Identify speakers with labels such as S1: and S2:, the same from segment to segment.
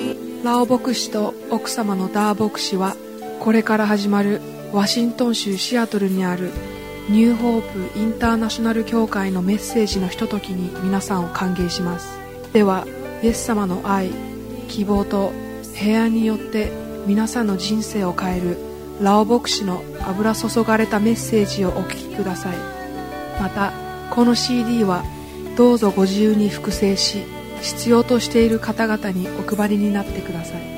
S1: ー牧師と奥様のダー牧師はこれから始まるワシントン州シアトルにあるニューホープインターナショナル教会のメッセージのひとときに皆さんを歓迎しますではイエス様の愛希望と平安によって皆さんの人生を変えるラオ牧師の油注がれたメッセージをお聞きくださいまたこの CD はどうぞご自由に複製し必要としている方々にお配りになってください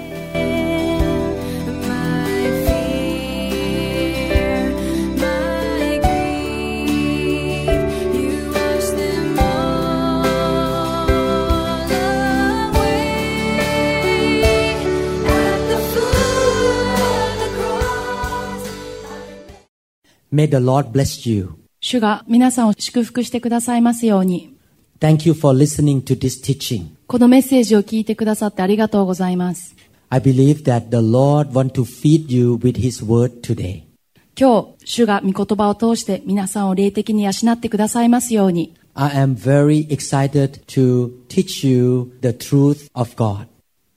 S2: May the Lord bless you.
S3: 主が皆さんを祝福してくださいますように。
S2: Thank you for listening to this teaching.
S3: このメッセージを聞いてくださってありがとうございます。
S2: I believe that the Lord want to feed you with His word today.
S3: 今日、主が御言葉を通して皆さんを霊的に養ってくださいますように。
S2: I am very excited to teach you the truth of God.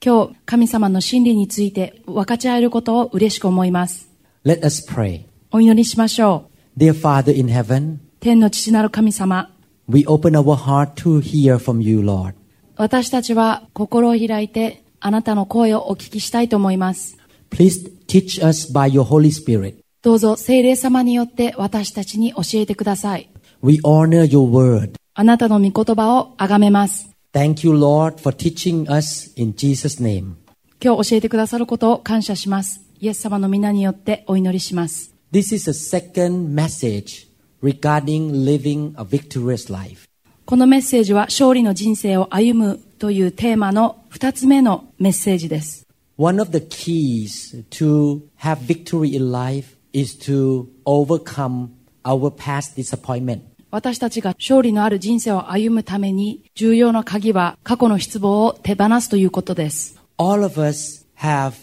S3: 今日、神様の真理について分かち合えることを嬉しく思います。
S2: Let us pray.
S3: お祈りしましょう。
S2: Dear Father in heaven,
S3: 天の父なる神様、
S2: we open our heart to hear from you, Lord.
S3: 私たちは心を開いてあなたの声をお聞きしたいと思います。
S2: Please teach us by your Holy Spirit.
S3: どうぞ聖霊様によって私たちに教えてください。
S2: We honor your word.
S3: あなたの御言葉をあがめます。
S2: Thank you, Lord, for teaching us in Jesus' name.
S3: 今日教えてくださることを感謝します。イエス様の皆によってお祈りします。
S2: This is a second message regarding living a victorious life.
S3: このメッセージは勝利の人生を歩むというテーマの2つ目のメッセージです。
S2: One of the keys to have victory in life is to overcome our past disappointment.
S3: 私たちが勝利のある人生を歩むために重要な鍵は過去の失望を手放すということです。
S2: All of us have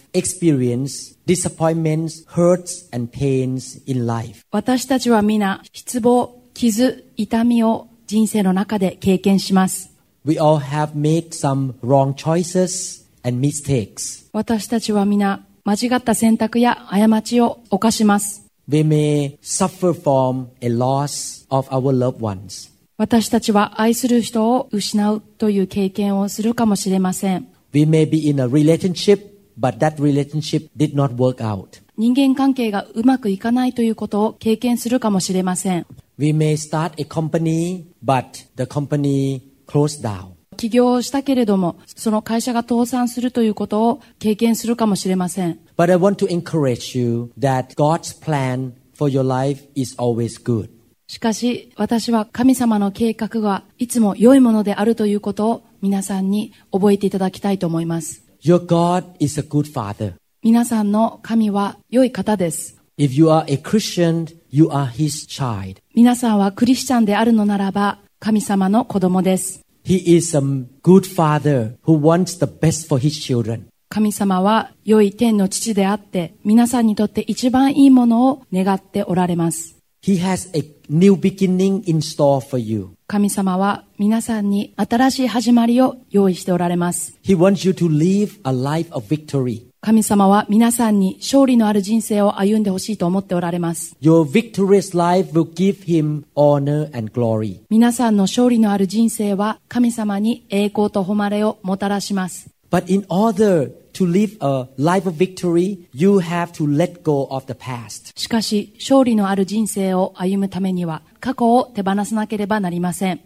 S2: experienced disappointments, hurts, and pains in life.
S3: 私たちは皆失望、傷、痛みを人生の中で経験します。
S2: We all have made some wrong choices and mistakes.
S3: 私たちは皆間違った選択や過ちを犯します。
S2: We may suffer from a loss of our loved ones.
S3: 私たちは愛する人を失うという経験をするかもしれません。
S2: We may be in a relationship, but that relationship did not work out.
S3: 人間関係がうまくいかないということを経験するかもしれません。
S2: We may start a company, but the company closed down.
S3: 起業をしたけれども、その会社が倒産するということを経験するかもしれません。
S2: But I want to encourage you that God's plan for your life is always good.
S3: しかし、私は神様の計画がいつも良いものであるということを皆さんに覚えていただきたいと思います。
S2: Your God is a good father.
S3: 皆さんの神は良い方です。
S2: If you are a Christian, you are his child.
S3: 皆さんはクリスチャンであるのならば、神様の子供です。
S2: He is a good father who wants the best for his children.
S3: 神様は良い天の父であって、皆さんにとって一番いいものを願っておられます。
S2: He has a new beginning in store for you.
S3: 神様は皆さんに新しい始まりを用意しておられます。
S2: He wants you to live a life of victory.
S3: 神様は皆さんに勝利のある人生を歩んでほしいと思っておられます。
S2: Your victorious life will give him honor and glory.
S3: 皆さんの勝利のある人生は神様に栄光と誉れをもたらします。
S2: But in order to live a life of victory, you have to let go of the past.
S3: しかし、勝利のある人生を歩むためには過去を手放さなければなりません。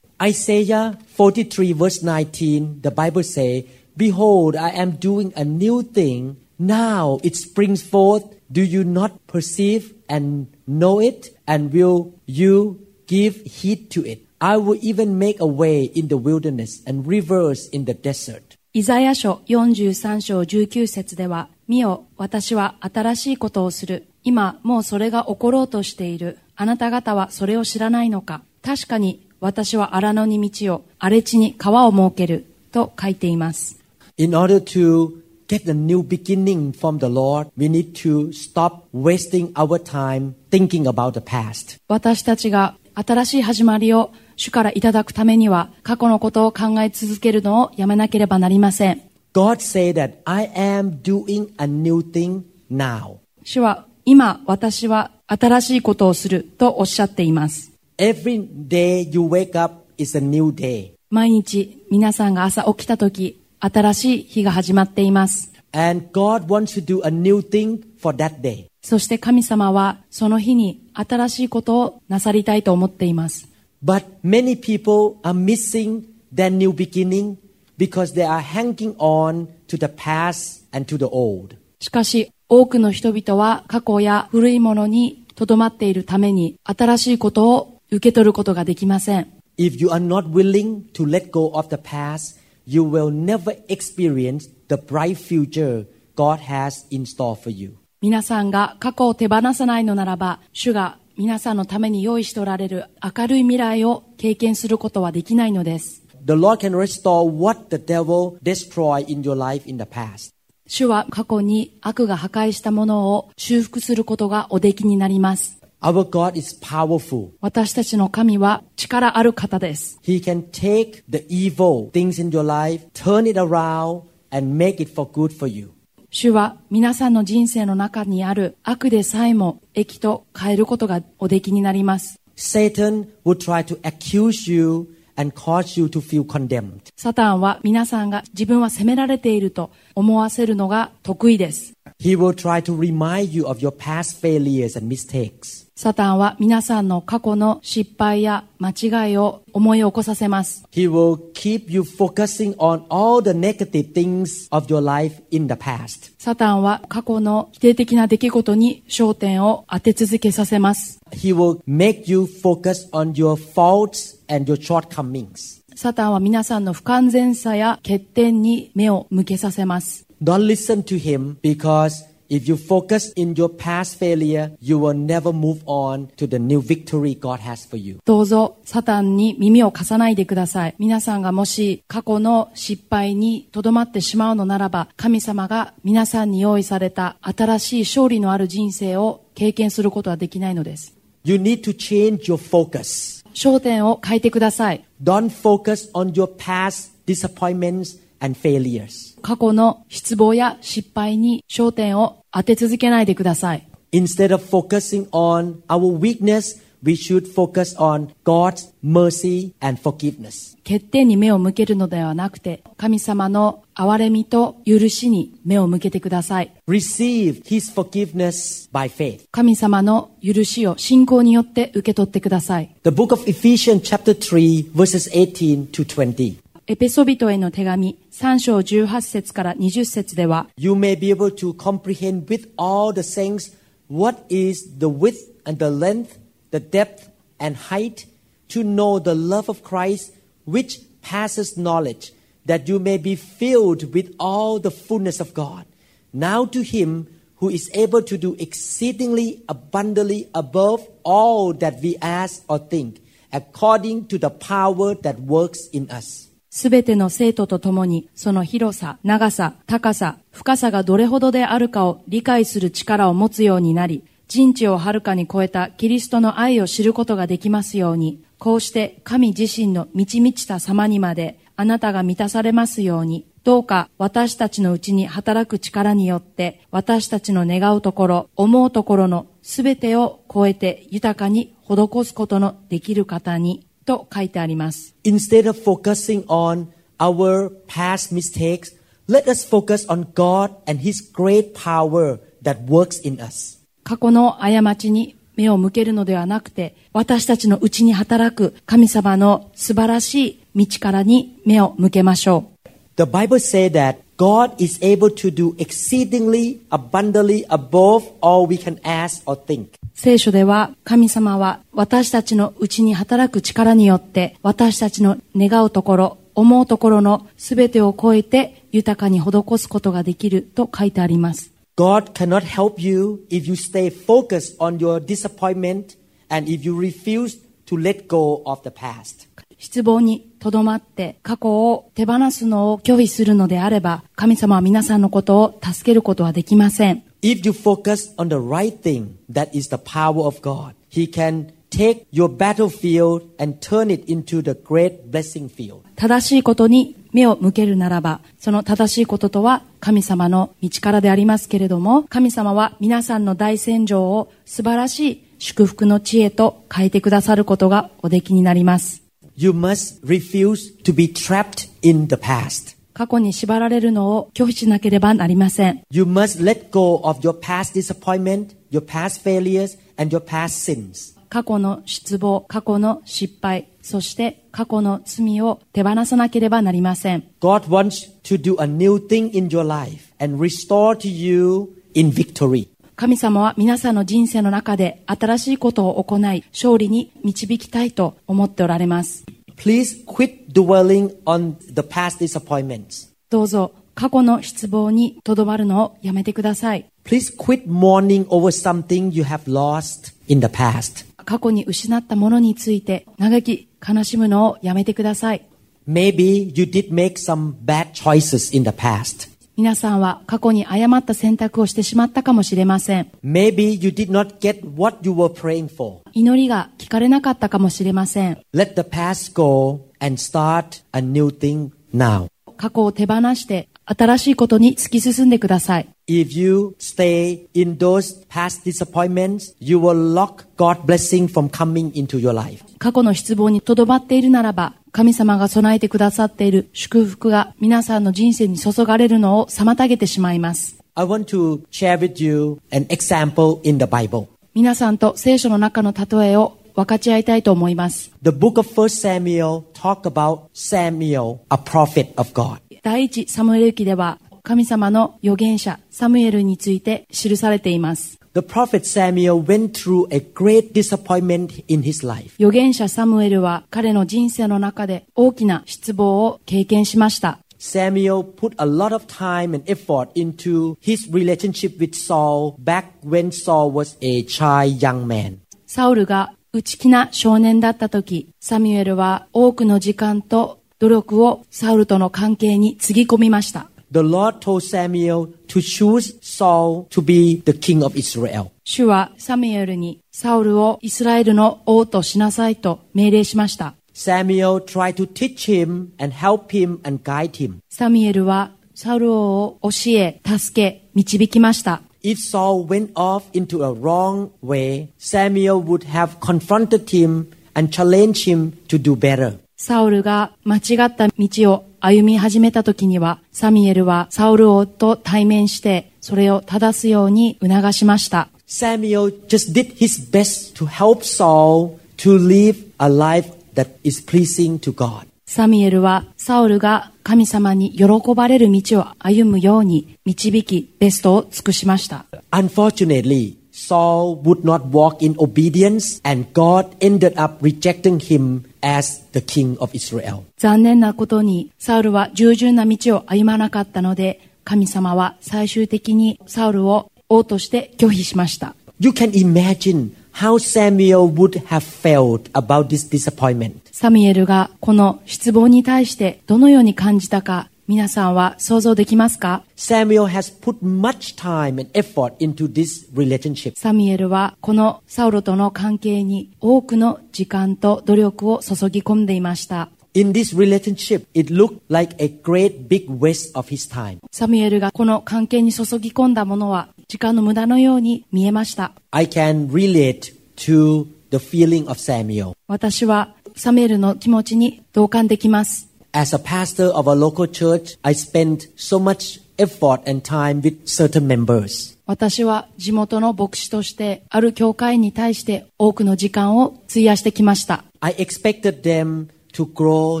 S2: Isaiah 43 verse 19, the Bible say, Behold, I am doing a new thing. Now it springs forth. Do you not perceive and know it? And will you give heed to it? I will even make a way in the wilderness and rivers in the desert.
S3: イザヤ書43章19節では、見よ、私は新しいことをする。今、もうそれが起ころうとしている。あなた方はそれを知らないのか。確かに、私は荒野に道を、荒れ地に川を設ける。と書いています。
S2: In order to get a new beginning from the Lord, we need to stop wasting our time thinking about the past.
S3: 私たちが新しい始まりを主からいただくためには、過去のことを考え続けるのをやめなければなりません。
S2: God said that I am doing a new thing now.
S3: 主は今私は新しいことをするとおっしゃっています。
S2: Every day you wake up is a new day.
S3: 毎日皆さんが朝起きた時、新しい日が始まっています。
S2: And God wants to do a new thing for that day.
S3: そして神様はその日に新しいことをなさりたいと思っています。
S2: But many people are missing their new beginning because they are hanging on to the past and to the old.
S3: しかし多くの人々は過去や古いものにとどまっているために新しいことを受け取ることができません。
S2: If you are not willing to let go of the past, you will never experience the bright future God has in store for you.
S3: 皆さんが過去を手放さないのならば、主が皆さんのために用意しておられる明るい未来を経験することはできないのです。
S2: The Lord can restore what the devil destroyed in your life in the past.
S3: 主は過去に悪が破壊したものを修復することがおできになります。
S2: Our God is powerful.
S3: 私たちの神は力ある方です。
S2: He can take the evil things in your life, turn it around, and make it for good for you.
S3: 主は皆さんの人生の中にある悪でさえも益と変えることがおできになります。
S2: Satan will try to accuse you and cause you to feel condemned.
S3: サタンは皆さんが自分は責められていると思わせるのが得意です。
S2: He will try to remind you of your past failures and mistakes.
S3: サタンは皆さんの過去の失敗や間違いを思い起こさせます。
S2: He will keep you focusing on all the negative things of your life in the past.
S3: サタンは過去の否定的な出来事に焦点を当て続けさせます。
S2: He will make you focus on your faults and your shortcomings.
S3: サタンは皆さんの不完全さや欠点に目を向けさせます。
S2: Don't listen to him because if you focus in your past failure, you will never move on to the new victory God has for you.
S3: どうぞサタンに耳を貸さないでください。皆さんがもし過去の失敗にとどまってしまうのならば、神様が皆さんに用意された新しい勝利のある人生を経験することはできないのです。
S2: You need to change your focus.
S3: 焦点を変えてください。
S2: Don't focus on your past disappointments and failures.
S3: 過去の失望や失敗に焦点を当て続けないでください。
S2: Instead of focusing on our weakness, we should focus on God's mercy and forgiveness.
S3: 欠点に目を向けるのではなくて、神様の憐れみと許しに目を向けてください。
S2: Receive His forgiveness by faith.
S3: 神様の許しを信仰によって受け取ってください。
S2: The book of Ephesians, chapter 3, verses 18 to 20.
S3: エペソビトへの手紙3章18節から20節では、
S2: You may be able to comprehend with all the saints what is the width and the length, the depth and height, to know the love of Christ which passes knowledge, that you may be filled with all the fullness of God. Now to Him who is able to do exceedingly abundantly above all that we ask or think, according to the power that works in us.
S3: すべての生徒と共に、その広さ、長さ、高さ、深さがどれほどであるかを理解する力を持つようになり、人知をはるかに超えたキリストの愛を知ることができますように、こうして神自身の満ち満ちた様にまで、あなたが満たされますように、どうか私たちのうちに働く力によって、私たちの願うところ、思うところのすべてを超えて豊かに施すことのできる方に、と書いてあります。
S2: Instead of focusing on our past mistakes, let us focus on God and His great power that works in us.
S3: 過去の過ちに目を向けるのではなくて、私たちのうちに働く神様の素晴らしい道からに目を向けましょう。
S2: The Bible says that God is able to do exceedingly abundantly above all we can ask or think.
S3: 聖書では神様は私たちのうちに働く力によって私たちの願うところ、思うところの全てを超えて豊かに施すことができると書いてあります。
S2: God cannot help you if you stay focused on your disappointment and if you refuse to let go of the past.
S3: 失望にとどまって過去を手放すのを拒否するのであれば神様は皆さんのことを助けることはできません。
S2: If you focus on the right thing, that is the power of God. He can take your battlefield and turn it into the great blessing field.
S3: 正しいことに目を向けるならば、その正しいこととは神様の道からでありますけれども、神様は皆さんの大戦場を素晴らしい祝福の地へと変えてくださることがおできになります。
S2: You must refuse to be trapped in the past.
S3: 過去に縛られるのを拒否しなければなりません。
S2: You must let go of your past disappointment, your past failures, and your past sins.
S3: 過去の失望、過去の失敗、そして過去の罪を手放さなければなりません。
S2: God wants to do a new thing in your life and restore to you in victory.
S3: 神様は皆さんの人生の中で新しいことを行い、勝利に導きたいと思っておられます。
S2: Please quit dwelling on the past disappointments.
S3: どうぞ、過去の失望にとどまるのをやめてください。
S2: Please quit mourning over something you have lost in the past.
S3: 過去に失ったものについて嘆き、悲しむのをやめてください。
S2: Maybe you did make some bad choices in the past.
S3: 皆さんは過去に誤った選択をしてしまったかもしれません。
S2: Maybe you did not get what you were praying for.
S3: 祈りが聞かれなかったかもしれません。
S2: Let the past go and start a new thing now.
S3: 過去を手放して新しいことに突き進んでください。
S2: If you stay in those past disappointments, you will lock God's blessing from coming into your life.
S3: 過去の失望にとどまっているならば、神様が備えてくださっている祝福が皆さんの人生に注がれるのを妨げてしまいます。
S2: I want to share with you an example in the Bible.
S3: 皆さんと聖書の中の例えを分かち合いたいと思います。
S2: The book of 1 Samuel talk about Samuel, a prophet of God.
S3: 第一サムエル記では、神様の預言者サムエルについて記されています。
S2: The prophet Samuel went through a great disappointment in his life.
S3: 預言者サムエルは彼の人生の中で大きな失望を経験しました。
S2: Samuel put a lot of time and effort into his relationship with Saul back when Saul was a child young man.
S3: サウルが内気な少年だった時、サミュエルは多くの時間と努力をサウルとの関係につぎ込みました。
S2: The Lord told Samuel to choose Saul to be the king of Israel.
S3: 主はサミュエルにサウルをイスラエルの王としなさいと命令しました。
S2: Samuel tried to teach him and help him and guide him.
S3: サミュエルはサウル王を教え、助け、導きました。
S2: If Saul went off into a wrong way, Samuel would have confronted him and challenged him to do better.
S3: サウルが間違った道を歩み始めた時には、サミュエルはサウル王と対面して、それを正すように促しました。
S2: Samuel just did his best to help Saul to live a life that is pleasing to God.
S3: サミエルはサウルが神様に喜ばれる道を歩むように導きベストを尽くしました。
S2: Unfortunately, Saul would not walk in obedience, and God ended up rejecting him as the king of Israel.
S3: 残念なことにサウルは従順な道を歩まなかったので神様は最終的にサウルを王として拒否しました。
S2: You can imagine how Samuel would have felt about this disappointment.
S3: サミエルがこの失望に対してどのように感じたか皆さんは想像できますか
S2: Samuel has put much time and effort into this relationship.
S3: サミエルはこのサウルとの関係に多くの時間と努力を注ぎ込んでいました。
S2: In this relationship, it looked like a great big waste of his time.
S3: サミュエルがこの関係に注ぎ込んだものは時間の無駄のように見えました。
S2: I can relate to the feeling of Samuel.
S3: 私はサミュエルの気持ちに同感できます。
S2: As a pastor of a local church, I spend so much effort and time with certain members.
S3: 私は地元の牧師としてある教会に対して多くの時間を費やしてきました。
S2: I expected them to grow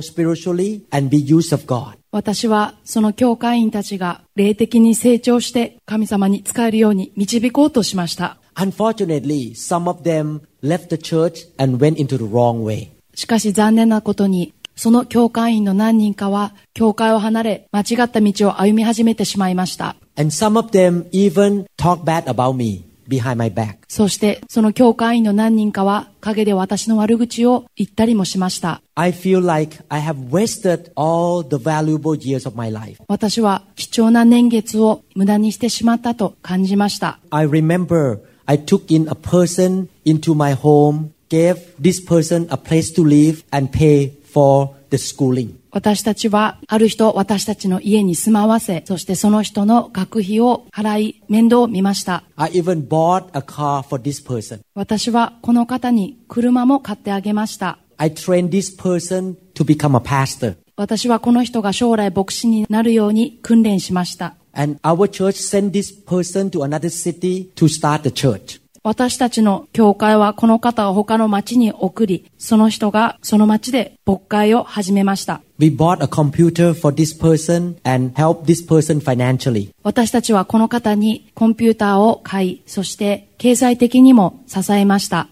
S2: spiritually and be used of God.
S3: 私はその教会員たちが霊的に成長して神様に仕えるように導こうとしました。
S2: Unfortunately, some of them left the church and went into the wrong way.
S3: しかし残念なことにその教会員の何人かは教会を離れ間違った道を歩み始めてしまいました。
S2: And some of them even talk bad about me behind my back.
S3: そして、その教会員の何人かは、陰で私の悪口を言ったりもしました。
S2: I feel like I have wasted all the valuable years of my life.
S3: 私は貴重な年月を無駄にしてしまったと感じました。
S2: I remember I took in a person into my home, gave this person a place to live and pay for the schooling.
S3: 私たちは、ある人を私たちの家に住まわせ、そしてその人の学費を払い、面倒を見ました。
S2: I even bought a car for this person.
S3: 私はこの方に車も買ってあげました。
S2: I trained this person to become a pastor.
S3: 私はこの人が将来牧師になるように訓練しました。
S2: And our church sent this person to another city to start the church.
S3: 私たちの教会はこの方を他の町に送り、その人がその町で牧会を始めました。
S2: We bought a computer for this person and helped this person financially.
S3: 私たちはこの方にコンピューターを買い、そして経済的にも支えました。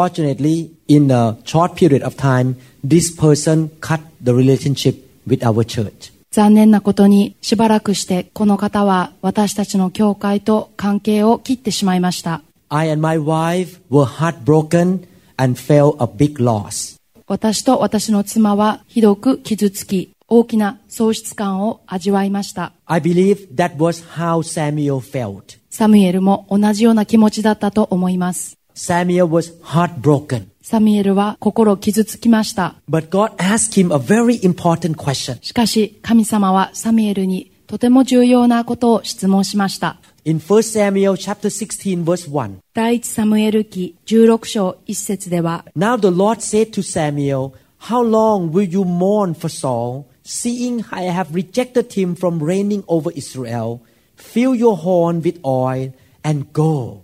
S2: Unfortunately, in a short period of time, this person cut the relationship with our church.
S3: 残念なことにしばらくしてこの方は私たちの教会と関係を切ってしまいました。
S2: I and my wife were heartbroken and felt a big loss.
S3: 私と私の妻はひどく傷つき、大きな喪失感を味わいました。
S2: I believe that was how Samuel felt.
S3: サムエルも同じような気持ちだったと思います。
S2: Samuel was heartbroken.
S3: サムエルは心傷つきました。
S2: But God asked him a very important question.
S3: しかし神様はサムエルにとても重要なことを質問しました。
S2: In 1 Samuel chapter 16 verse 1,
S3: 第一サムエル記16章1節では、
S2: Now the Lord said to Samuel, How long will you mourn for Saul, seeing I have rejected him from reigning over Israel? Fill your horn with oil and go.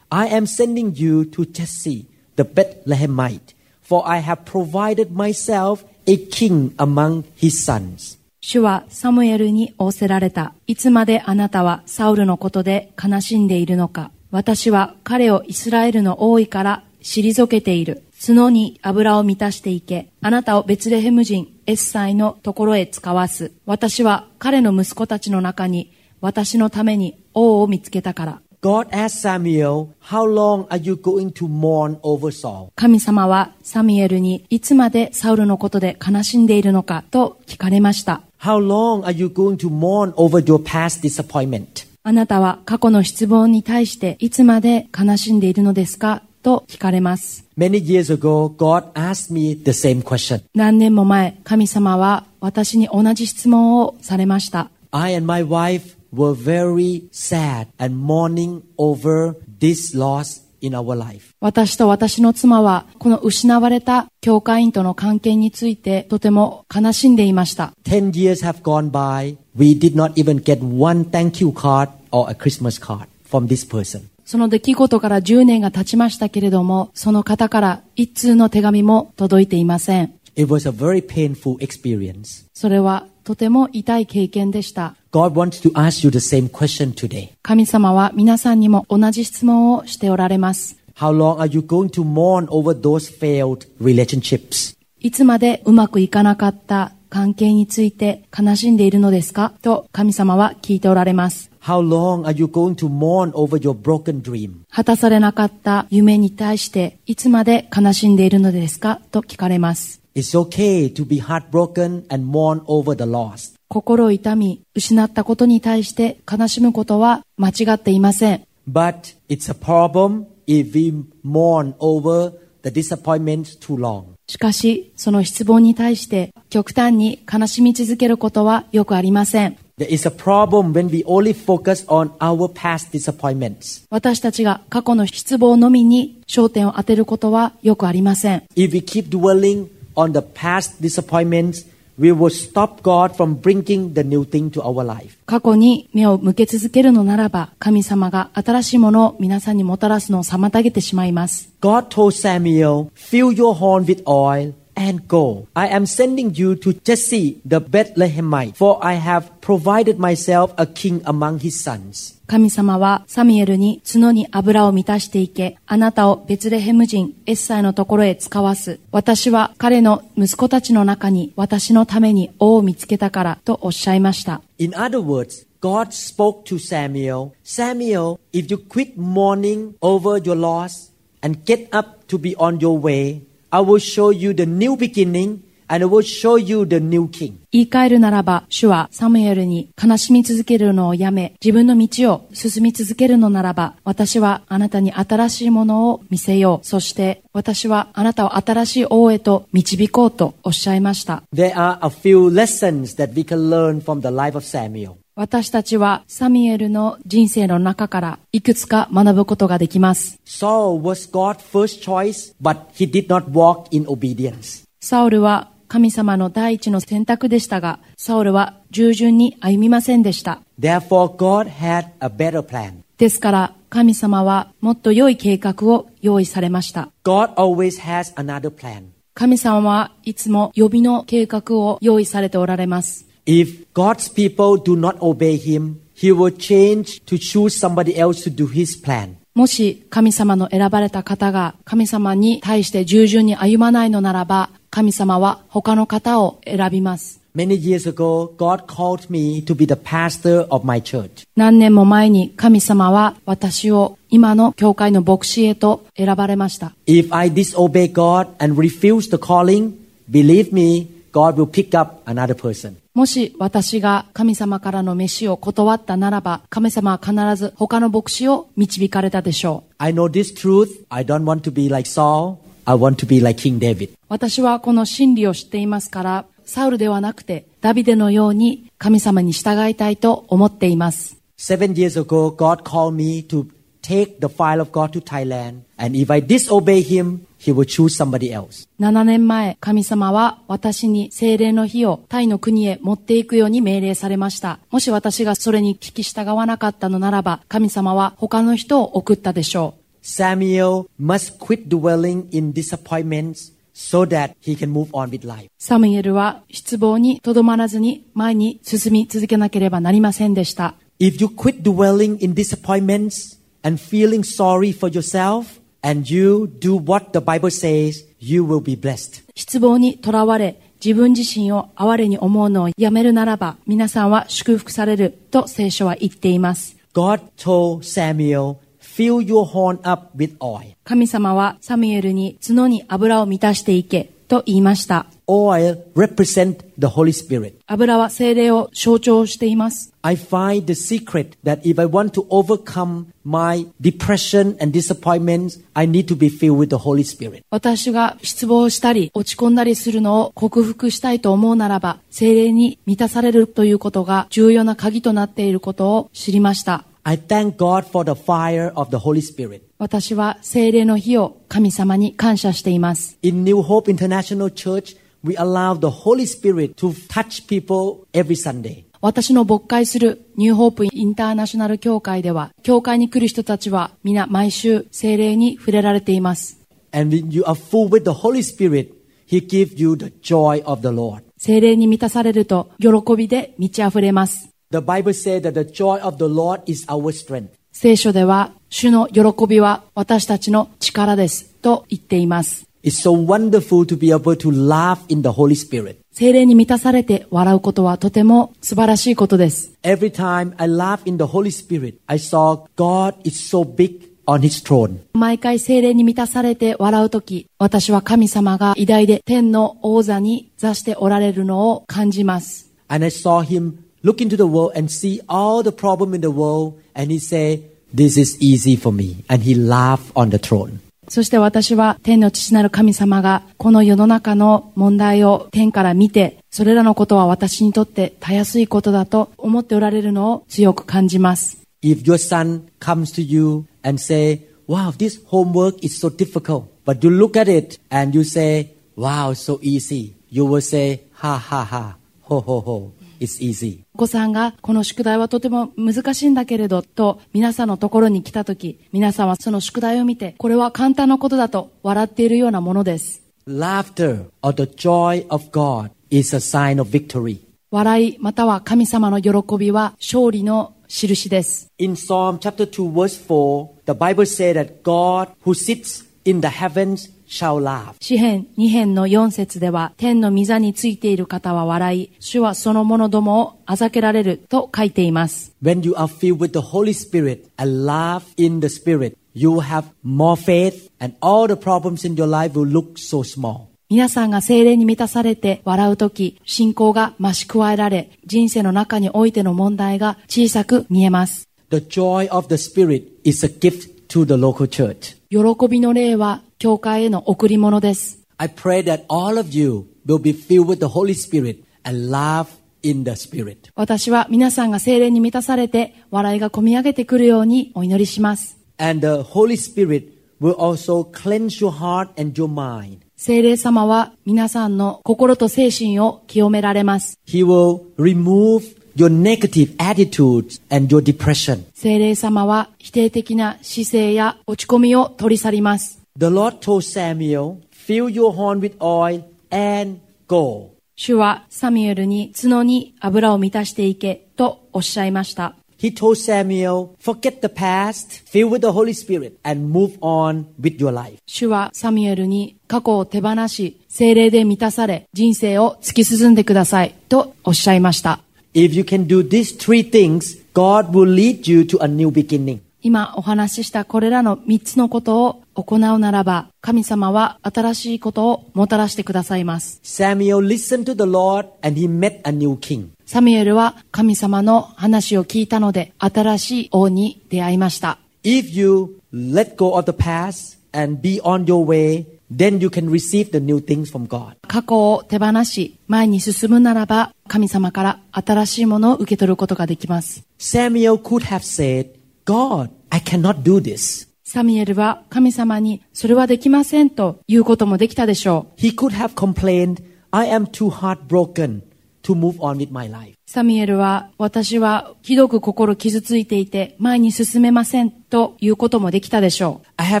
S2: I am sending you to Jesse, the Bethlehemite, for I have provided myself a king among his sons.
S3: 主はサムエルに仰せられた。いつまであなたはサウルのことで悲しんでいるのか。私は彼をイスラエルの王位から退けている。角に油を満たしていけ。あなたをベツレヘム人エッサイのところへ使わす。私は彼の息子たちの中に私のために王を見つけたから。
S2: God asked Samuel, How long are you going to mourn over Saul?
S3: 神様はサミエルにいつまでサウルのことで悲しんでいるのかと聞かれました。
S2: How long are you going to mourn over your past disappointment?
S3: あなたは過去の失望に対していつまで悲しんでいるのですかと聞かれます。
S2: Many years ago, God asked me the same question.
S3: 何年も前、神様は私に同じ質問をされました。
S2: I and my wife were very sad and mourning over this loss in our life.
S3: 私と私の妻はこの失われた教会員との関係についてとても悲しんでいました。
S2: Ten years have gone by. We did not even get one thank you card or a Christmas card from this person.
S3: その出来事から10年が経ちましたけれども、その方から一通の手紙も届いていません。
S2: It was a very painful experience.
S3: それはとても痛い経験でした。
S2: God wants to ask you the same question today.
S3: 神様は皆さんにも同じ質問をしておられます。
S2: How long are you going to mourn over those failed relationships?
S3: いつまでうまくいかなかった関係について悲しんでいるのですかと神様は聞いておられます。
S2: How long are you going to mourn over your broken dream?
S3: 果たされなかった夢に対していつまで悲しんでいるのですかと聞かれます。
S2: It's okay to be heartbroken and mourn over the loss.
S3: 心を痛み、失ったことに対して悲しむことは間違っていません。
S2: But it's a problem if we mourn over the disappointment too long.
S3: しかし、その失望に対して極端に悲しみ続けることはよくありません。
S2: There is a problem when we only focus on our past disappointments.
S3: 私たちが過去の失望のみに焦点を当てることはよくありません。
S2: If we keep dwelling on the past disappointments, we will stop God from bringing the new thing to our life.
S3: 過去に目を向け続けるのならば、神様が新しいものを皆さんにもたらすのを妨げてしまいます。
S2: God told Samuel, Fill your horn with oil and go. I am sending you to Jesse the Bethlehemite, for I have provided myself a king among his sons.
S3: 神様はサミエルに角に油を満たしていけ、あなたをベツレヘム人エッサイのところへ使わす。私は彼の息子たちの中に私のために王を見つけたからとおっしゃいました。
S2: In other words, God spoke to Samuel Samuel, if you quit mourning over your loss and get up to be on your way, I will show you the new beginning and I will show you the new king.
S3: 言い換えるならば、主はサムエルに悲しみ続けるのをやめ、自分の道を進み続けるのならば、私はあなたに新しいものを見せよう。そして、私はあなたを新しい王へと導こうとおっしゃいました。
S2: There are a few lessons that we can learn from the life of Samuel.
S3: 私たちはサミュエルの人生の中からいくつか学ぶことができます。
S2: Saul was God's first choice, but he did not walk in obedience.
S3: サウルは神様の第一の選択でしたが、サウルは従順に歩みませんでした。
S2: Therefore, God had a better plan.
S3: ですから神様はもっと良い計画を用意されました。
S2: God always has another plan.
S3: 神様はいつも予備の計画を用意されておられます。
S2: If God's people do not obey him, he will change to choose somebody else to do his plan.
S3: もし神様の選ばれた方が神様に対して従順に歩まないのならば、神様は他の方を選びます。
S2: Many years ago, God called me to be the pastor of my church.
S3: 何年も前に神様は私を今の教会の牧師へと選ばれました。
S2: If I disobey God and refuse the calling, believe me, God will pick up another person.
S3: もし私が神様からの飯を断ったならば、神様は必ず他の牧師を導かれたでしょう。
S2: I know this truth. I don't want to be like Saul. I want to be like King David.
S3: 私はこの真理を知っていますから、サウルではなくてダビデのように神様に従いたいと思っています。
S2: Seven years ago, God called me to take the file of God to Thailand. And if I disobey him, he will choose somebody else.
S3: 7年前、神様は私に精霊の火をタイの国へ持っていくように命令されました。もし私がそれに聞き従わなかったのならば、神様は他の人を送ったでしょう。
S2: Samuel must quit dwelling in disappointments so that he can move on with life.
S3: サムエルは失望にとどまらずに前に進み続けなければなりませんでした。
S2: If you quit dwelling in disappointments and feeling sorry for yourself and you do what the Bible says, you will be blessed.
S3: 失望にとらわれ自分自身を哀れに思うのをやめるならば皆さんは祝福されると聖書は言っています
S2: God told Samuel, fill your horn up with oil.
S3: 神様はサムエルに角に油を満たしていけと言いました
S2: Oil represent the Holy Spirit.
S3: 油は精霊を象徴しています
S2: I find the secret that if I want to overcome my depression and disappointments, I need to be filled with the Holy Spirit.
S3: 私が失望したり落ち込んだりするのを克服したいと思うならば精霊に満たされるということが重要な鍵となっていることを知りました
S2: I thank God for the fire of the Holy Spirit.
S3: 私は精霊の火を神様に感謝しています
S2: In New Hope International Church, we allow the Holy Spirit to touch people every Sunday.
S3: 私の勃会するニューホープインターナショナル協会では、教会に来る人たちは皆毎週精霊に触れられています。
S2: And when you are full with the Holy Spirit, He gives you the joy of the Lord.
S3: 精霊に満たされると喜びで満ち溢れます。
S2: The Bible says that the joy of the Lord is our strength.
S3: 聖書では、主の喜びは私たちの力ですと言っています。
S2: It's so wonderful to be able to laugh in the Holy Spirit.
S3: 精霊に満たされて笑うことはとても素晴らしいことです。
S2: Every time I laugh in the Holy Spirit, I saw God is so big on His throne.
S3: 毎回精霊に満たされて笑うとき、私は神様が偉大で天の王座に座しておられるのを感じます。
S2: And I saw him look into the world and see all the problem in the world. And he said, this is easy for me. And he laughed on the throne.
S3: そして私は天の父なる神様がこの世の中の問題を天から見て、それらのことは私にとってたやすいことだと思っておられるのを強く感じます。
S2: If your son comes to you and say, wow, this homework is so difficult. But you look at it and you say, wow, so easy. You will say, ha ha ha, ho ho ho, it's easy.
S3: お子さんがこの宿題はとても難しいんだけれどと皆さんのところに来たとき、皆さんはその宿題を見て、これは簡単なことだと笑っているようなものです。
S2: Laughter or the joy of God is a sign of victory.
S3: 笑いまたは神様の喜びは勝利の印です。
S2: In Psalm chapter 2 verse 4, the Bible says that God who sits in the heavens shall laugh.
S3: 詩編2編の4節では、天の御座についている方は笑い、主はその者どもをあざけられると書いています。
S2: When you are filled with the Holy Spirit and laugh in the Spirit, you will have more faith and all the problems in your life will look so small.
S3: 皆さんが精霊に満たされて笑うとき、信仰が増し加えられ、人生の中においての問題が小さく見えます。
S2: The joy of the Spirit is a gift to the local church.
S3: 喜びの霊は、教会への贈り物です。
S2: I pray that all of you will be filled with the Holy Spirit and laugh in the Spirit.
S3: 私は皆さんが精霊に満たされて、笑いがこみ上げてくるようにお祈りします。
S2: And the Holy Spirit will also cleanse your heart and your mind.
S3: 精霊様は皆さんの心と精神を清められます。
S2: He will remove your negative attitudes and your depression.
S3: 精霊様は否定的な姿勢や落ち込みを取り去ります。
S2: The Lord told Samuel, fill your horn with oil and go.
S3: 主はサミュエルに角に油を満たしていけとおっしゃいました。
S2: He told Samuel, forget the past, fill with the Holy Spirit and move on with your life.
S3: 主はサミュエルに過去を手放し、精霊で満たされ、人生を突き進んでくださいとおっしゃいました。
S2: If you can do these three things, God will lead you to a new beginning.
S3: 今お話ししたこれらの3つのことを行うならば、神様は新しいことをもたらしてくださいます。
S2: Samuel listened to the Lord and he met a new king.
S3: サミュエルは神様の話を聞いたので、新しい王に出会いました。
S2: If you let go of the past and be on your way, then you can receive the new things from God.
S3: 過去を手放し、前に進むならば、神様から新しいものを受け取ることができます。
S2: Samuel could have said, God, I cannot do this.
S3: サミュエルは神様に、それはできませんということもできたでしょう。
S2: He could have complained, I am too heartbroken to move on with my life.
S3: サミュエルは、私はひどく心傷ついていて、前に進めませんということもできたでしょう。
S2: I have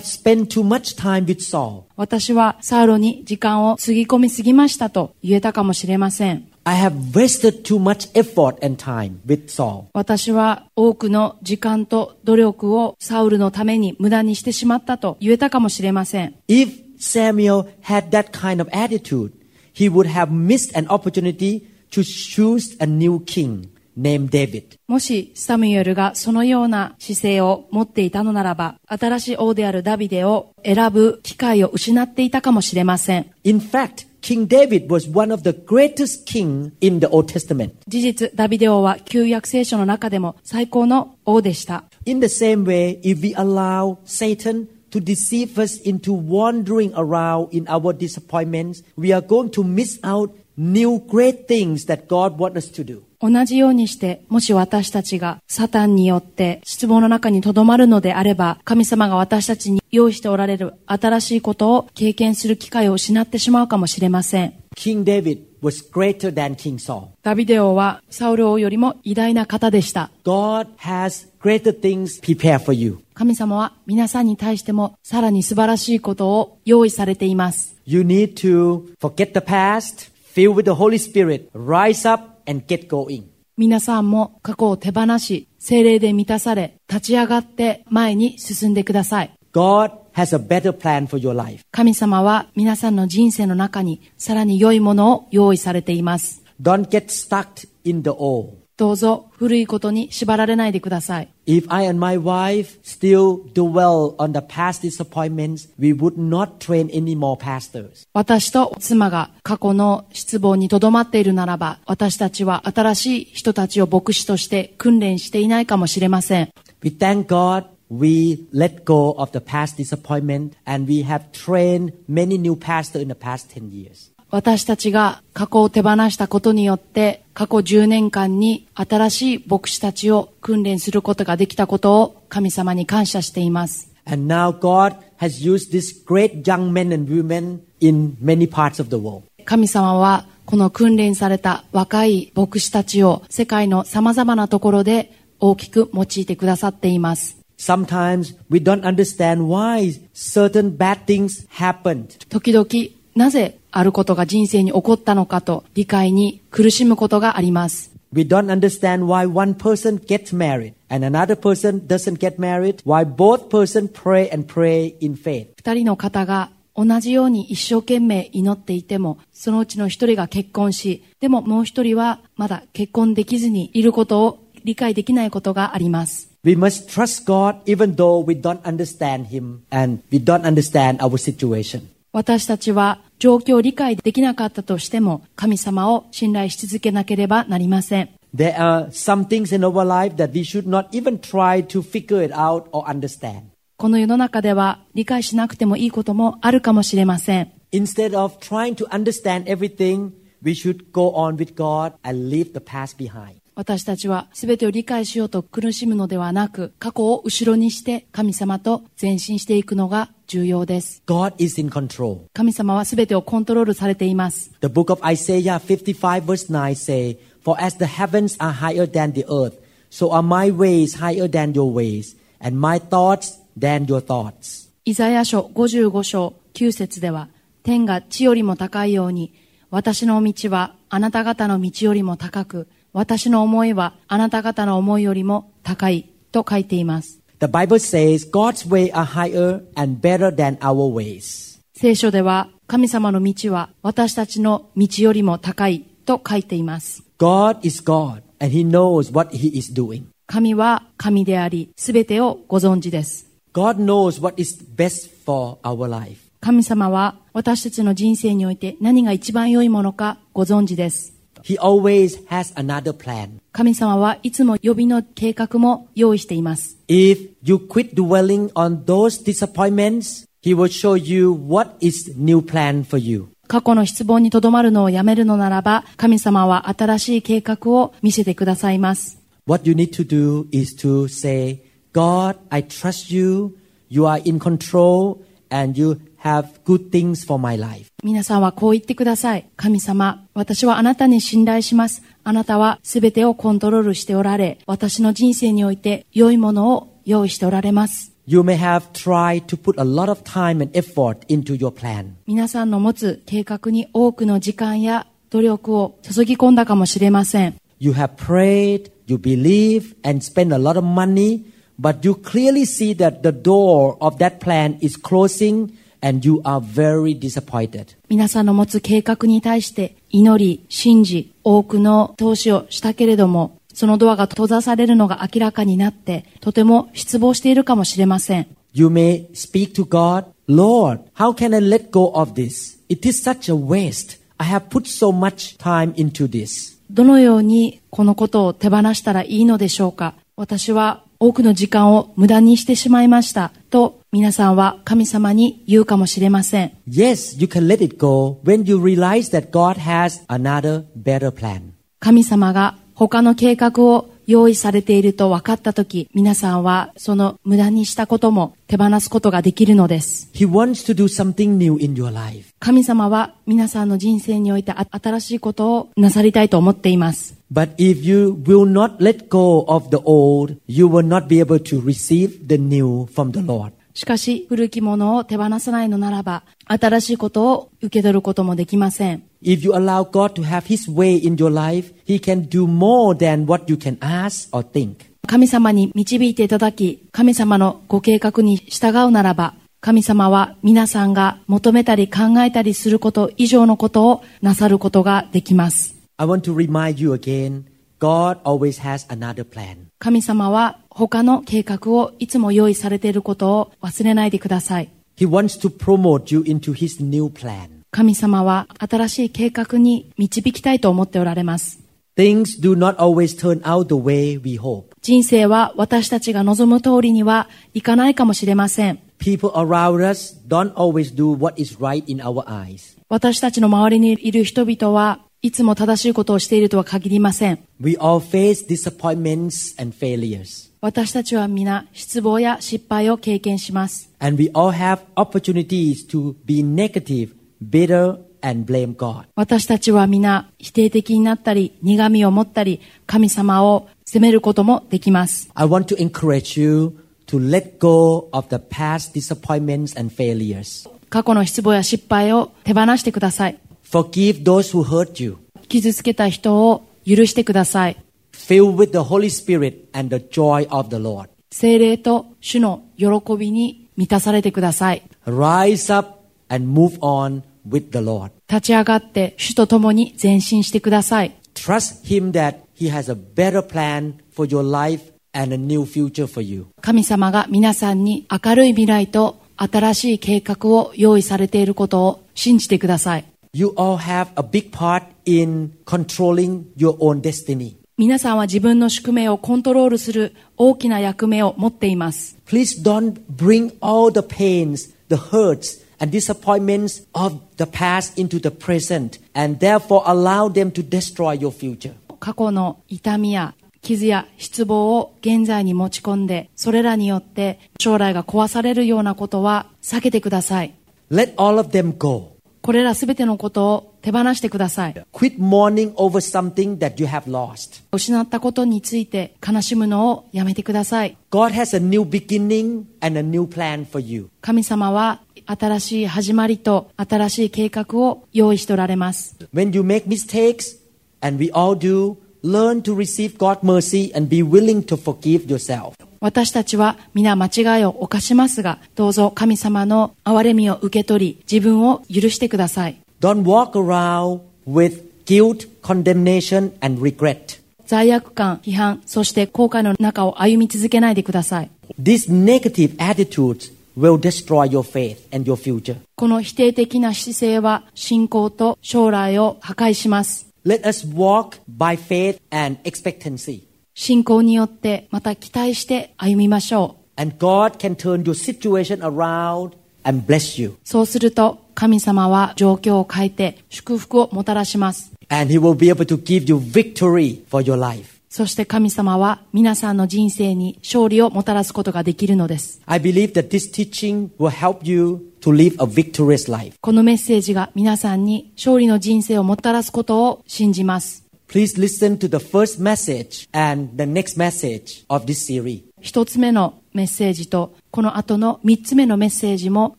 S2: spent too much time with Saul.
S3: 私はサウロに時間をつぎ込みすぎましたと言えたかもしれません。
S2: I have wasted too much effort and time with Saul.
S3: 私は多くの時間と努力をサウルのために無駄にしてしまったと言えたかもしれません。
S2: If Samuel had that kind of attitude, he would have missed an opportunity to choose a new king named David.
S3: もしサミュエルがそのような姿勢を持っていたのならば、新しい王であるダビデを選ぶ機会を失っていたかもしれません。
S2: In fact, King David was one of the greatest king in the Old Testament.
S3: 事実、ダビデ王は旧約聖書の中でも最高の王でした。
S2: In the same way, if we allow Satan to deceive us into wandering around in our disappointments, we are going to miss out new great things that God wants us to do.
S3: 同じようにして、もし私たちがサタンによって失望の中に留まるのであれば、神様が私たちに用意しておられる新しいことを経験する機会を失ってしまうかもしれません。
S2: King David was greater than King Saul.
S3: ダビデ王はサウル王よりも偉大な方でした。
S2: God has greater things prepared for you.
S3: 神様は皆さんに対してもさらに素晴らしいことを用意されています。
S2: You need to forget the past, fill with the Holy Spirit, rise up and get going.
S3: 皆さんも過去を手放し、精霊で満たされ、立ち上がって前に進んでください。
S2: God has a better plan for your life.
S3: 神様は皆さんの人生の中にさらに良いものを用意されています。
S2: Don't get stuck in the old.
S3: どうぞ古いことに縛られないでください。
S2: If I and my wife still dwell on the past disappointments, we would not train any more pastors.
S3: 私と妻が過去の失望にとどまっているならば、私たちは新しい人たちを牧師として訓練していないかもしれません。
S2: We thank God we let go of the past disappointment and we have trained many new pastors in the past 10 years.
S3: 私たちが過去を手放したことによって過去10年間に新しい牧師たちを訓練することができたことを神様に感謝しています。
S2: And now God has used these great young men and women in many parts of the world.
S3: 神様はこの訓練された若い牧師たちを世界の様々なところで大きく用いてくださっています。
S2: Sometimes we don't understand why certain bad things happened.
S3: 時々なぜあることが人生に起こったのかと理解に苦しむことがあります。
S2: We don't understand why one person gets married and another person doesn't get married, why both person pray and pray in faith.
S3: 二人の方が同じように一生懸命祈っていても、そのうちの一人が結婚し、でももう一人はまだ結婚できずにいることを理解できないことがあります。
S2: We must trust God even though we don't understand Him and we don't understand our situation.
S3: 私たちは状況を理解できなかったとしても、神様を信頼し続けなければなりません。
S2: There are some things in our life that we should not even try to figure it out or understand.
S3: この世の中では理解しなくてもいいこともあるかもしれません。
S2: Instead of trying to understand everything, we should go on with God and leave the past behind.
S3: 私たちは全てを理解しようと苦しむのではなく、過去を後ろにして神様と前進していくのが重要です。
S2: God is in control.
S3: 神様は全てをコントロールされています。
S2: The book of Isaiah 55 verse 9 say, For as the heavens are higher than the earth, so are my ways higher than your ways, and my thoughts than your thoughts.
S3: イザヤ書55章9節では、天が地よりも高いように、私の道はあなた方の道よりも高く、私の思いはあなた方の思いよりも高いと書いています。
S2: The Bible says God's way are higher and better than our ways.
S3: 聖書では、神様の道は私たちの道よりも高いと書いています。
S2: God is God and he knows what he is doing.
S3: 神は神であり、すべてをご存知です。
S2: God knows what is best for our life.
S3: 神様は私たちの人生において何が一番良いものかご存知です。
S2: He always has another plan.
S3: 神様はいつも予備の計画も用意しています。
S2: If you quit dwelling on those disappointments, he will show you what is new plan for you.
S3: 過去の失望にとどまるのをやめるのならば、神様は新しい計画を見せてくださいます。
S2: What you need to do is to say, God, I trust you. You are in control and you have good things for my life.
S3: 皆さんはこう言ってください。神様、私はあなたに信頼します。あなたはすべてをコントロールしておられ、私の人生において良いものを用意しておられます。
S2: You may have tried to put a lot of time and effort into your plan.
S3: 皆さんの持つ計画に多くの時間や努力を注ぎ込んだかもしれません。
S2: You have prayed, you believe, and spent a lot of money, but you clearly see that the door of that plan is closing and you are very disappointed.
S3: 皆さんの持つ計画に対して祈り、信じ、多くの投資をしたけれども、そのドアが閉ざされるのが明らかになって、とても失望しているかもしれません。
S2: You may speak to God, Lord, how can I let go of this? It is such a waste. I have put so much time into this.
S3: どのようにこのことを手放したらいいのでしょうか私は多くの時間を無駄にしてしまいました。と、皆さんは神様に言うかもしれません。
S2: Yes, you can let it go when you realize that God has another better plan.
S3: 神様が他の計画を用意されていると分かったとき、皆さんはその無駄にしたことも手放すことができるのです。
S2: He wants to do something new in your life.
S3: 神様は皆さんの人生においてあ新しいことをなさりたいと思っています。
S2: But if you will not let go of the old, you will not be able to receive the new from the Lord.
S3: しかし、古きものを手放さないのならば、新しいことを受け取ることもできません。
S2: If you allow God to have His way in your life, He can do more than what you can ask or think.
S3: 神様に導いていただき、神様のご計画に従うならば、神様は皆さんが求めたり考えたりすること以上のことをなさることができます。
S2: I want to remind you again God always has another plan.
S3: 神様は他の計画をいつも用意されていることを忘れないでください。
S2: He wants to promote you into His new plan.
S3: 神様は新しい計画に導きたいと思っておられます。
S2: Things do not always turn out the way we hope.
S3: 人生は私たちが望む通りにはいかないかもしれません。
S2: People around us don't always do what is right in our eyes.
S3: 私たちの周りにいる人々はいつも正しいことをしているとは限りません。
S2: We all face disappointments and failures.
S3: 私たちは皆失望や失敗を経験します。
S2: And we all have opportunities to be negative, bitter, and blame God.
S3: 私たちは皆否定的になったり苦味を持ったり神様を責めることもできます。
S2: I want to encourage you to let go of the past disappointments and failures.
S3: 過去の失望や失敗を手放してください。
S2: Forgive those who hurt you.
S3: 傷つけた人を許してください。
S2: Fill with the Holy Spirit and the joy of the Lord.
S3: 精霊と主の喜びに満たされてください。
S2: Rise up and move on with the Lord.
S3: 立ち上がって主と共に前進してください。
S2: Trust Him that He has a better plan for your life and a new future for you.
S3: 神様が皆さんに明るい未来と新しい計画を用意されていることを信じてください。
S2: You all have a big part in controlling your own destiny.
S3: 皆さんは自分の宿命をコントロールする大きな役目を持っています。
S2: Please don't bring all the pains, the hurts, and disappointments of the past into the present and therefore allow them to destroy your future.
S3: 過去の痛みや傷や失望を現在に持ち込んで、それらによって将来が壊されるようなことは避けてください。
S2: Let all of them go.
S3: これらすべてのことを手放してください。
S2: Quit mourning over something that you have lost.
S3: 失ったことについて悲しむのをやめてください。
S2: God has a new beginning and a new plan for you.
S3: 神様は新しい始まりと新しい計画を用意しておられます。
S2: When you make mistakes, and we all do, learn to receive God's mercy and be willing to forgive yourself.
S3: 私たちは皆間違いを犯しますが、どうぞ神様の憐れみを受け取り、自分を許してください。
S2: Don't walk around with guilt, condemnation, and regret.
S3: 罪悪感、批判、そして後悔の中を歩み続けないでください。
S2: These negative attitudes will destroy your faith and your future.
S3: この否定的な姿勢は信仰と将来を破壊します。
S2: Let us walk by faith and expectancy.
S3: 信仰によってまた期待して歩みましょう。
S2: And God can turn your situation around and bless you.
S3: そうすると神様は状況を変えて祝福をもたらします。
S2: And He will be able to give you victory for your life.
S3: そして神様は皆さんの人生に勝利をもたらすことができるのです。
S2: I believe that this teaching will help you to live a victorious life.
S3: このメッセージが皆さんに勝利の人生をもたらすことを信じます。
S2: Please listen to the first message and the next message of this series.
S3: 一つ目のメッセージとこの後の三つ目のメッセージも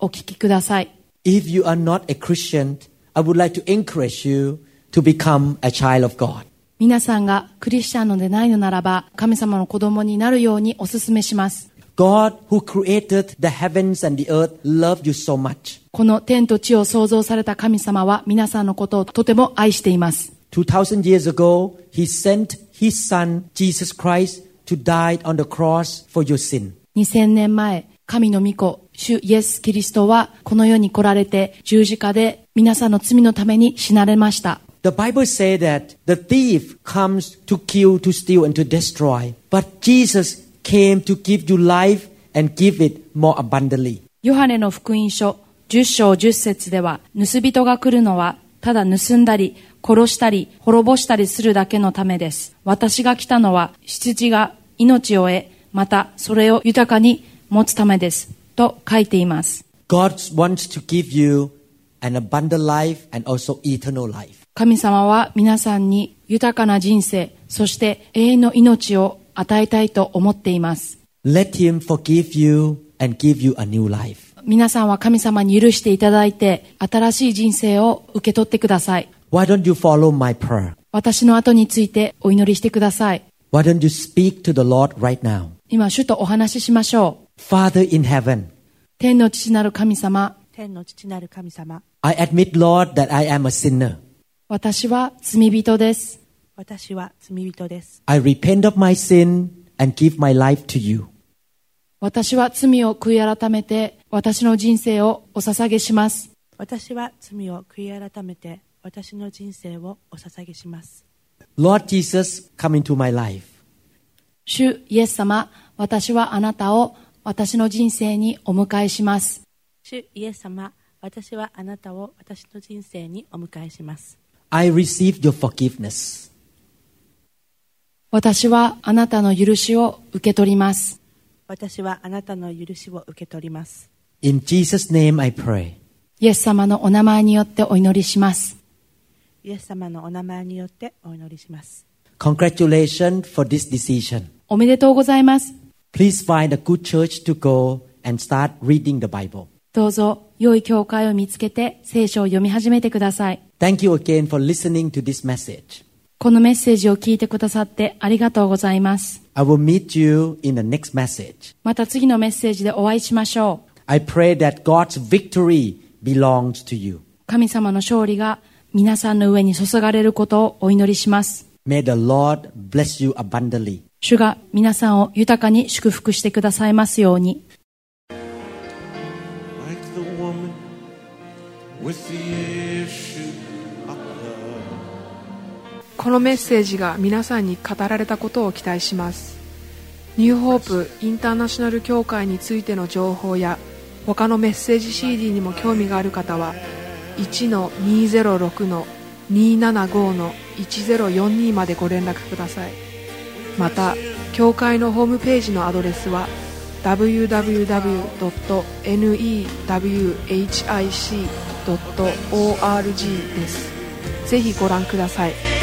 S3: お聞きください。
S2: If you are not a Christian, I would like to encourage you to become a child of God.
S3: 皆さんがクリスチャンのでないのならば神様の子供になるようにお勧めします。
S2: God, who created the heavens and the earth, loved you so much.
S3: この天と地を創造された神様は皆さんのことをとても愛しています。
S2: 2,000 years ago, He sent His Son, Jesus Christ, to die on the cross for your sin.
S3: 2000年前、神の御子、主イエス・キリストはこの世に来られて十字架で皆さんの罪のために死なれました。
S2: The Bible says that the thief comes to kill, to steal, and to destroy. But Jesus came to give you life and give it more abundantly.
S3: ヨハネの福音書10章10節では、盗人が来るのはただ盗んだり、殺したり、滅ぼしたりするだけのためです。私が来たのは羊が命を得、またそれを豊かに持つためです。と書いています。
S2: God wants to give you an abundant life and also eternal life.
S3: 神様は皆さんに豊かな人生、そして永遠の命を与えたいと思っています。
S2: Let Him forgive you and give you a new life.
S3: 皆さんは神様に許していただいて、新しい人生を受け取ってください。
S2: Why don't you follow my prayer?
S3: 私の後についてお祈りしてください。
S2: Why don't you speak to the Lord right now?
S3: 今、主とお話ししましょう。
S2: Father in heaven,
S3: 天の父なる神様、
S4: 天の父なる神様、
S2: I admit, Lord, that I am a sinner.
S3: 私は罪人です。
S4: 私は罪人です。
S2: I repent of my sin and give my life to you.
S3: 私は罪を悔い改めて、私の人生をお捧げします。
S4: 私は罪を悔い改めて、私の人生をお捧げします。
S2: Lord Jesus, come into my life.
S3: 主イエス様、私はあなたを私の人生にお迎えします。
S4: 主イエス様、私はあなたを私の人生にお迎えします。
S2: I receive your forgiveness.
S3: 私はあなたの許しを受け取ります。
S4: 私はあなたの許しを受け取ります。
S2: In Jesus' name I pray.
S3: イエス様のお名前によってお祈りします。
S4: イエス様のお名前によってお祈りします。
S2: Congratulations for this decision.
S3: おめでとうございます。
S2: Please find a good church to go and start reading the Bible.
S3: どうぞ良い教会を見つけて聖書を読み始めてください。
S2: Thank you again for listening to this message.
S3: このメッセージを聞いてくださってありがとうございます。
S2: I will meet you in the next message.
S3: また次のメッセージでお会いしましょう。
S2: I pray that God's victory belongs to you.
S3: 神様の勝利が皆さんの上に注がれることをお祈りします。
S2: May the Lord bless you abundantly.
S3: 主が皆さんを豊かに祝福してくださいますように。
S5: the woman with the issue of blood.
S1: このメッセージが皆さんに語られたことを期待しますニューホープインターナショナル協会についての情報や他のメッセージ CD にも興味がある方は1-206-275-1042までご連絡くださいまた協会のホームページのアドレスは www.newhic.org ですぜひご覧ください